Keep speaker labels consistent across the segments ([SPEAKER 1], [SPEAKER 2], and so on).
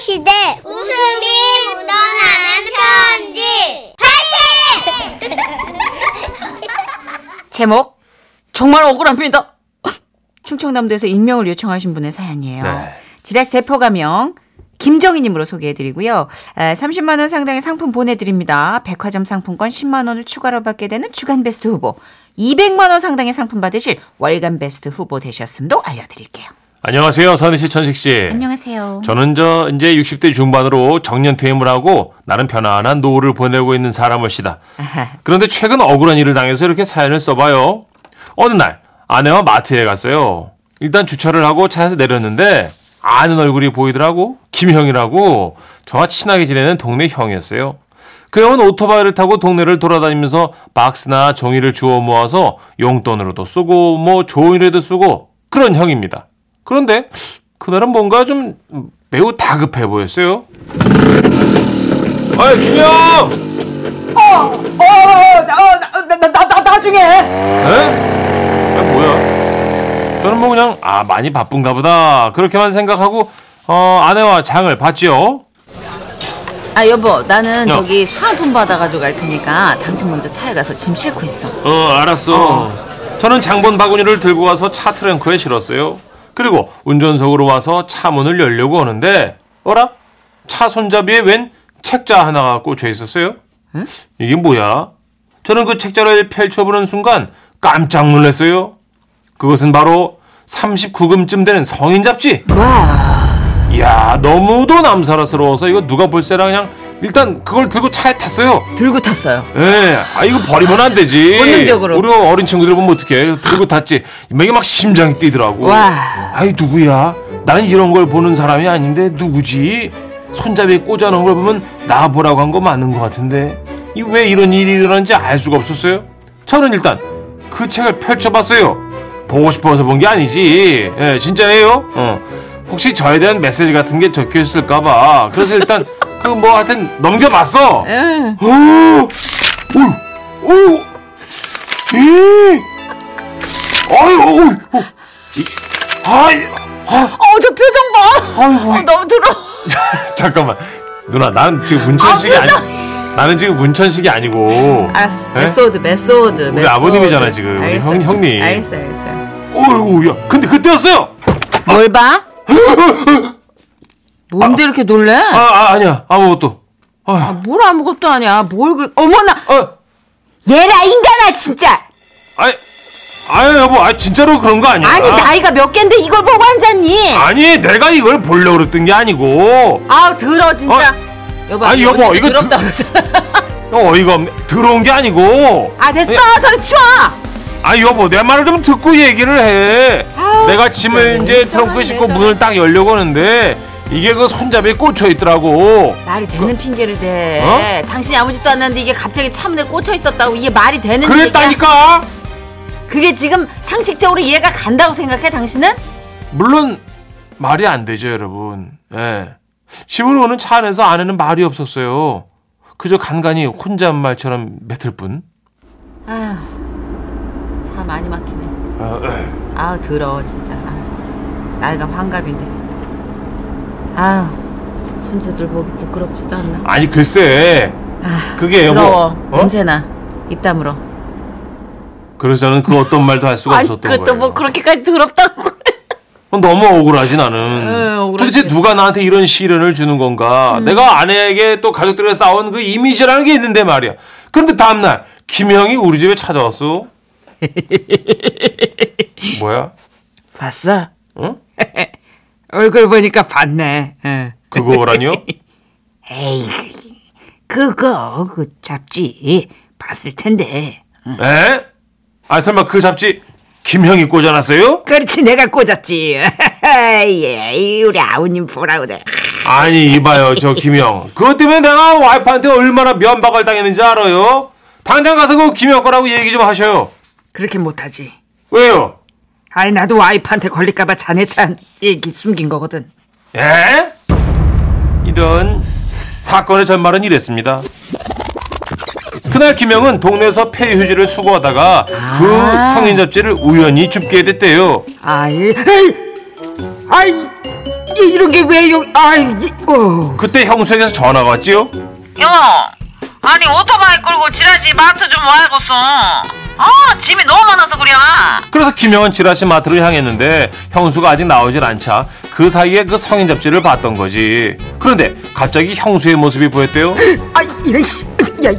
[SPEAKER 1] 시대 웃음이 묻어나는 편지
[SPEAKER 2] 제목 정말 억울합니다. 충청남도에서 익명을 요청하신 분의 사연이에요.
[SPEAKER 3] 네.
[SPEAKER 2] 지라시 대표 가명 김정희님으로 소개해드리고요. 에, 30만 원 상당의 상품 보내드립니다. 백화점 상품권 10만 원을 추가로 받게 되는 주간 베스트 후보, 200만 원 상당의 상품 받으실 월간 베스트 후보 되셨음도 알려드릴게요.
[SPEAKER 3] 안녕하세요, 선희 씨, 천식 씨.
[SPEAKER 2] 안녕하세요.
[SPEAKER 3] 저는 저 이제 60대 중반으로 정년 퇴임을 하고 나름 편안한 노후를 보내고 있는 사람을시다.
[SPEAKER 2] 아하.
[SPEAKER 3] 그런데 최근 억울한 일을 당해서 이렇게 사연을 써봐요. 어느 날 아내와 마트에 갔어요. 일단 주차를 하고 차에서 내렸는데 아는 얼굴이 보이더라고. 김형이라고 저와 친하게 지내는 동네 형이었어요. 그 형은 오토바이를 타고 동네를 돌아다니면서 박스나 종이를 주워 모아서 용돈으로도 쓰고 뭐 좋은 일에도 쓰고 그런 형입니다. 그런데 그날은 뭔가 좀 매우 다급해 보였어요. 아이 김형!
[SPEAKER 2] 어,
[SPEAKER 3] 에? 아, 뭐야? 저는 뭐 그냥 아 많이 바쁜가 보다 그렇게만 생각하고 어, 아내와 장을 봤지요.
[SPEAKER 2] 아 여보, 나는
[SPEAKER 3] 야.
[SPEAKER 2] 저기 사은품 받아가지고 갈 테니까 당신 먼저 차에 가서 짐 싣고 있어.
[SPEAKER 3] 어 알았어. 저는 장본 바구니를 들고 와서 차 트렁크에 실었어요. 그리고 운전석으로 와서 차 문을 열려고 하는데 어라 차 손잡이에 웬 책자 하나가 꽂혀 있었어요. 이게 뭐야? 저는 그 책자를 펼쳐보는 순간 깜짝 놀랐어요. 그것은 바로 39금쯤 되는 성인 잡지. 이야 너무도 남사라스러워서 이거 누가 볼세라 그냥 일단 그걸 들고 차에 탔어요.
[SPEAKER 2] 들고 탔어요.
[SPEAKER 3] 예, 아 이거 버리면 안 되지.
[SPEAKER 2] 본능적으로.
[SPEAKER 3] 우리 어린 친구들 보면 어떡해. 들고 탔지. 이게 막 심장이 뛰더라고.
[SPEAKER 2] 와.
[SPEAKER 3] 아이 누구야? 나는 이런 걸 보는 사람이 아닌데 누구지? 손잡이에 꽂아놓은 걸 보면 나 보라고 한 거 맞는 것 같은데 이 왜 이런 일이 일어난지 알 수가 없었어요. 저는 일단 그 책을 펼쳐봤어요. 보고 싶어서 본 게 아니지. 예, 진짜예요. 어. 혹시 저에 대한 메시지 같은 게 적혀 있을까봐. 그래서 일단 그 뭐 하여튼 넘겨봤어.
[SPEAKER 2] 응.
[SPEAKER 3] 오! 오! 오! 이! 아유, 오! 오! 이- 아이! 아,
[SPEAKER 2] 어, 저 표정 봐.
[SPEAKER 3] 아이고.
[SPEAKER 2] 너무 들어.
[SPEAKER 3] 잠깐만. 누나, 나는 지금 문천식이
[SPEAKER 2] 아,
[SPEAKER 3] 아니 나는 지금 문천식이 아니고.
[SPEAKER 2] 알았어.
[SPEAKER 3] 예?
[SPEAKER 2] 메소드, 메소드.
[SPEAKER 3] 우리 아버님이잖아, 지금. 우리
[SPEAKER 2] 알겠어요.
[SPEAKER 3] 형- 형님.
[SPEAKER 2] 알겠어, 알겠어.
[SPEAKER 3] 어이구, 야. 근데 그때였어요. 아.
[SPEAKER 2] 뭘 봐? 뭔데 이렇게 놀래?
[SPEAKER 3] 아, 아 아니야. 아무것도. 아,
[SPEAKER 2] 뭘 아무것도 아니야. 뭘 그, 어머나!
[SPEAKER 3] 아,
[SPEAKER 2] 얘라, 인간아, 진짜!
[SPEAKER 3] 아이, 아유 여보, 아 진짜로 그런 거 아니야?
[SPEAKER 2] 아니, 나이가 몇 갠데 이걸 보고 앉았니?
[SPEAKER 3] 아니, 내가 이걸 보려고 그랬던 게 아니고.
[SPEAKER 2] 아우, 들어, 진짜. 여보,
[SPEAKER 3] 아니, 여보,
[SPEAKER 2] 어디서
[SPEAKER 3] 이거
[SPEAKER 2] 더럽다
[SPEAKER 3] 드-
[SPEAKER 2] 그러잖아.
[SPEAKER 3] 어이가 없네. 들어온 게 아니고.
[SPEAKER 2] 아, 됐어! 저리 치워!
[SPEAKER 3] 아 여보 내 말을 좀 듣고 얘기를 해
[SPEAKER 2] 아우,
[SPEAKER 3] 내가
[SPEAKER 2] 진짜
[SPEAKER 3] 짐을
[SPEAKER 2] 왜
[SPEAKER 3] 이제
[SPEAKER 2] 이상한
[SPEAKER 3] 트렁크에 싣고
[SPEAKER 2] 여자가.
[SPEAKER 3] 문을 딱 열려고 하는데 이게 그 손잡이에 꽂혀 있더라고
[SPEAKER 2] 말이 되는 핑계를
[SPEAKER 3] 어?
[SPEAKER 2] 대. 당신이 아무 짓도 안 했는데 이게 갑자기 차문에 꽂혀 있었다고 이게 말이 되는 얘기야?
[SPEAKER 3] 그랬다니까
[SPEAKER 2] 그게 지금 상식적으로 이해가 간다고 생각해, 당신은?
[SPEAKER 3] 물론 말이 안 되죠 여러분 예 집으로 오는 차 안에서 아내는 말이 없었어요 그저 간간히 혼잣말처럼 뱉을 뿐
[SPEAKER 2] 아휴, 차 많이 막히네.
[SPEAKER 3] 아, 에.
[SPEAKER 2] 아우, 더러워, 진짜. 아유, 나이가 환갑인데. 아유, 손주들 보기 부끄럽지도 않나.
[SPEAKER 3] 아니 글쎄
[SPEAKER 2] 아,
[SPEAKER 3] 그게 여보
[SPEAKER 2] 더러워.
[SPEAKER 3] 어?
[SPEAKER 2] 냄새나. 입 다물어.
[SPEAKER 3] 그래서 저는 그 어떤 말도 할 수가
[SPEAKER 2] 아니,
[SPEAKER 3] 없었던 거예요
[SPEAKER 2] 그것도 뭐 그렇게까지 더럽다고.
[SPEAKER 3] 그건 너무 억울하지 나는.
[SPEAKER 2] 응, 예, 억울하지. 음.
[SPEAKER 3] 도대체 누가 나한테 이런 시련을 주는 건가? 내가 아내에게 또 가족들과 싸운 그 이미지라는 게 있는데 말이야. 그런데 다음날 김형이 우리 집에 찾아왔어. 뭐야?
[SPEAKER 2] 봤어?
[SPEAKER 3] 응?
[SPEAKER 2] 얼굴 보니까 봤네. 예.
[SPEAKER 3] 그거라니요?
[SPEAKER 2] 에이, 그거, 그 잡지. 봤을 텐데.
[SPEAKER 3] 에? 아 설마 그 잡지 김형이 꽂아놨어요?
[SPEAKER 2] 그렇지, 내가 꽂았지. 예, 우리 아우님 보라고 돼.
[SPEAKER 3] 아니 이봐요 저 김형. 그것 때문에 내가 와이프한테 얼마나 면박을 당했는지 알아요? 당장 가서 그 김형 거라고 얘기 좀 하셔요.
[SPEAKER 2] 그렇게 못하지.
[SPEAKER 3] 왜요?
[SPEAKER 2] 아이 나도 와이프한테 걸릴까봐 자네 찬 얘기 숨긴 거거든.
[SPEAKER 3] 에? 이런 사건의 전말은 이랬습니다. 그날 김영은 동네에서 폐휴지를 수거하다가 그 성인 잡지를 우연히 줍게 됐대요.
[SPEAKER 2] 아이, 에이, 아이,
[SPEAKER 4] 이- 이런 게 왜 여기
[SPEAKER 2] 어,
[SPEAKER 4] 아이고
[SPEAKER 3] 그때 형수에게서 전화가 왔지요.
[SPEAKER 5] 야, 아니 오토바이 끌고 지라시 마트 좀 와야겠어. 아, 짐이 너무 많아서 그래.
[SPEAKER 3] 그래서 김영은 지라시 마트로 향했는데 형수가 아직 나오질 않자 그 사이에 그 성인 잡지를 봤던 거지. 그런데 갑자기 형수의 모습이 보였대요.
[SPEAKER 4] 아 이런 씨야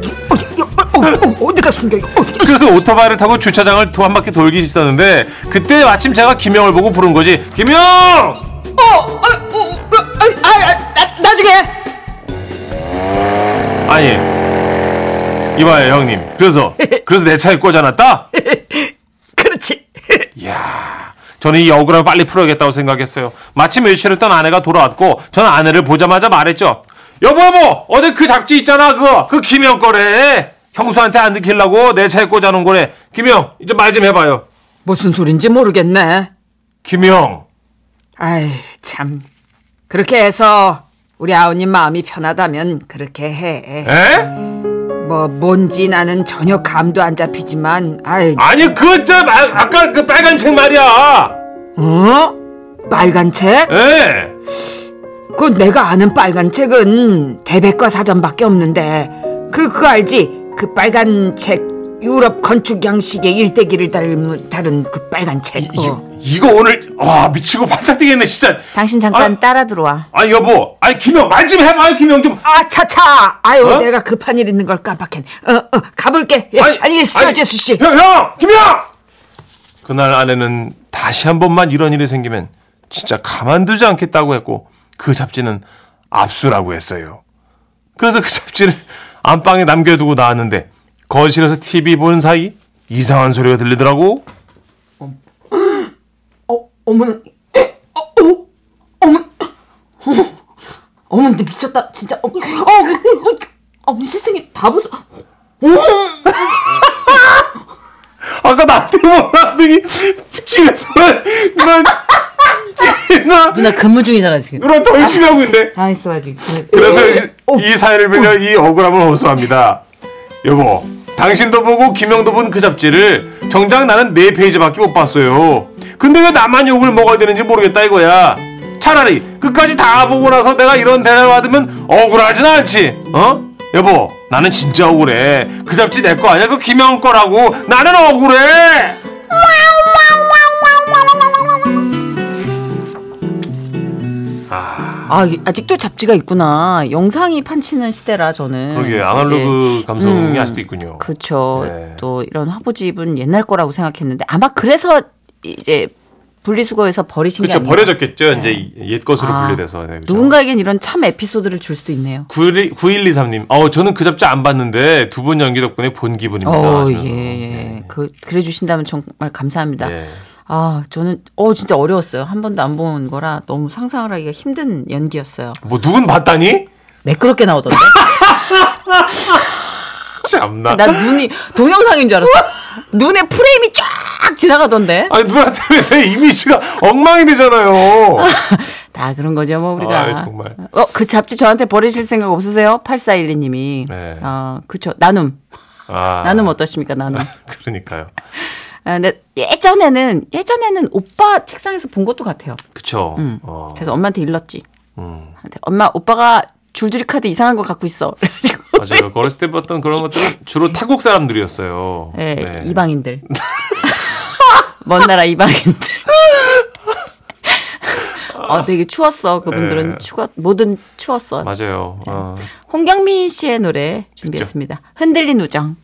[SPEAKER 4] 이거 어, 어, 어, 어, 어디가 숨겨요 어,
[SPEAKER 3] 그래서 오토바이를 타고 주차장을 두 한 바퀴 돌기 있었는데 그때 마침 제가 김영을 보고 부른 거지.
[SPEAKER 4] 어,
[SPEAKER 3] 김영!
[SPEAKER 4] 아, 아 나, 나중에
[SPEAKER 3] 아니 이봐요 형님. 그래서 그래서 내 차에 꽂아놨다.
[SPEAKER 4] 그렇지
[SPEAKER 3] 이야, 저는 이 억울함을 빨리 풀어야겠다고 생각했어요. 마침 며칠 있던 아내가 돌아왔고, 저는 아내를 보자마자 말했죠. 여보, 여보, 어제 그 잡지 있잖아, 그거. 그 김영 거래. 형수한테 안 들키려고 내 차에 꽂아놓은 거래. 김영, 이제 말 좀 해봐요.
[SPEAKER 6] 무슨 소린지 모르겠네.
[SPEAKER 3] 김영.
[SPEAKER 6] 아이, 참. 그렇게 해서 우리 아우님 마음이 편하다면 그렇게 해.
[SPEAKER 3] 에?
[SPEAKER 6] 뭐 뭔지 나는 전혀 감도 안 잡히지만 아이,
[SPEAKER 3] 아니, 그, 저, 마- 아까 그 빨간 책 말이야.
[SPEAKER 6] 어? 빨간 책?
[SPEAKER 3] 에?
[SPEAKER 6] 그 내가 아는 빨간 책은 대백과 사전밖에 없는데 그 그거 알지? 그 빨간 책 유럽 건축 양식의 일대기를 닮은 다른 그 빨간 책. 어.
[SPEAKER 3] 이거 오늘, 와, 미치고 반짝 뛰겠네, 진짜.
[SPEAKER 4] 당신 잠깐
[SPEAKER 3] 아.
[SPEAKER 4] 따라 들어와
[SPEAKER 3] 아니, 여보. 아니, 김영, 말 좀 해봐요, 김영 좀.
[SPEAKER 6] 아, 차차! 아유,
[SPEAKER 3] 어?
[SPEAKER 6] 내가 급한 일 있는 걸 깜빡했네. 어, 어, 가볼게. 예,
[SPEAKER 3] 아니,
[SPEAKER 6] 안녕히 계십시오,
[SPEAKER 3] 아니,
[SPEAKER 6] 제수 씨.
[SPEAKER 3] 형, 형, 김형. 그날 아내는 다시 한 번만 이런 일이 생기면 진짜 가만두지 않겠다고 했고 그 잡지는 압수라고 했어요. 그래서 그 잡지를 안방에 남겨두고 나왔는데 거실에서 TV 보는 사이 이상한 소리가 들리더라고.
[SPEAKER 6] 어, 어머나. 에, 어, 어, 어머나. 어, 어머나, 근데 미쳤다. 진짜. 어, 어, 어, 어, 어머, 세상에 다 벗어.
[SPEAKER 3] 아까 나한테 뭐라더니 집에 누나 누나 누나
[SPEAKER 2] 근무 중이잖아 지금.
[SPEAKER 3] 누나 더 열심히 하고 있는데
[SPEAKER 2] 당했어 어. 아직.
[SPEAKER 3] 그래서 이- 이 사연을 빌려 이 억울함을 호소합니다. 여보, 당신도 보고 김영도 본 그 잡지를 정작 나는 네 페이지밖에 못 봤어요. 근데 왜 나만 욕을 먹어야 되는지 모르겠다 이거야. 차라리 끝까지 다 보고 나서 내가 이런 대답을 받으면 억울하진 않지. 어? 여보, 나는 진짜 억울해. 그 잡지 내 거 아니야? 그 김영 거라고. 나는 억울해.
[SPEAKER 2] 아 이게 아직도 잡지가 있구나. 영상이 판치는 시대라 저는.
[SPEAKER 3] 그러게
[SPEAKER 2] 이제,
[SPEAKER 3] 아날로그 감성이
[SPEAKER 2] 음,
[SPEAKER 3] 아직도 있군요.
[SPEAKER 2] 그렇죠.
[SPEAKER 3] 네.
[SPEAKER 2] 또 이런 화보집은 옛날 거라고 생각했는데 아마 그래서 이제 분리수거해서 버리신
[SPEAKER 3] 그렇죠.
[SPEAKER 2] 게 아니에요. 네. 아,
[SPEAKER 3] 버려졌겠죠. 이제 옛 것으로 분리돼서. 네, 그렇죠.
[SPEAKER 2] 누군가에겐 이런 참 에피소드를 줄 수도 있네요.
[SPEAKER 3] 9123님, 어, 저는 그 잡지 안 봤는데 두 분 연기 덕분에 본 기분입니다.
[SPEAKER 2] 어, 예,
[SPEAKER 3] 하시면서. 네.
[SPEAKER 2] 예. 그, 그래 주신다면 정말 감사합니다.
[SPEAKER 3] 예.
[SPEAKER 2] 아, 저는, 어, 진짜 어려웠어요. 한 번도 안 본 거라 너무 상상을 하기가 힘든 연기였어요.
[SPEAKER 3] 뭐, 누군 봤다니?
[SPEAKER 2] 매끄럽게 나오던데?
[SPEAKER 3] 참나.
[SPEAKER 2] 나 눈이, 동영상인 줄 알았어. 눈에 프레임이 쫙 지나가던데?
[SPEAKER 3] 아니, 누나 때문에 내 이미지가 엉망이 되잖아요.
[SPEAKER 2] 다 그런 거죠, 뭐, 우리가.
[SPEAKER 3] 아이, 네, 정말.
[SPEAKER 2] 어, 그 잡지 저한테 버리실 생각 없으세요? 8412님이.
[SPEAKER 3] 네.
[SPEAKER 2] 어, 그쵸. 나눔.
[SPEAKER 3] 아,
[SPEAKER 2] 나눔 어떠십니까, 나눔.
[SPEAKER 3] 그러니까요.
[SPEAKER 2] 아, 근데 예전에는, 예전에는 오빠 책상에서 본 것도 같아요.
[SPEAKER 3] 그쵸.
[SPEAKER 2] 음.
[SPEAKER 3] 어.
[SPEAKER 2] 그래서 엄마한테 일렀지.
[SPEAKER 3] 음.
[SPEAKER 2] 한테, 엄마, 오빠가 줄줄이 카드 이상한 거 갖고 있어. 그래가지고.
[SPEAKER 3] 맞아요. 어렸을 때 봤던 그런 것들은 주로 타국 사람들이었어요. 네.
[SPEAKER 2] 예, 이방인들. 먼 나라 이방인들. 어, 되게 추웠어. 그분들은
[SPEAKER 3] 예.
[SPEAKER 2] 추워, 뭐든 추웠어. 네.
[SPEAKER 3] 맞아요. 어.
[SPEAKER 2] 홍경민 씨의 노래 준비했습니다. 흔들린 우정.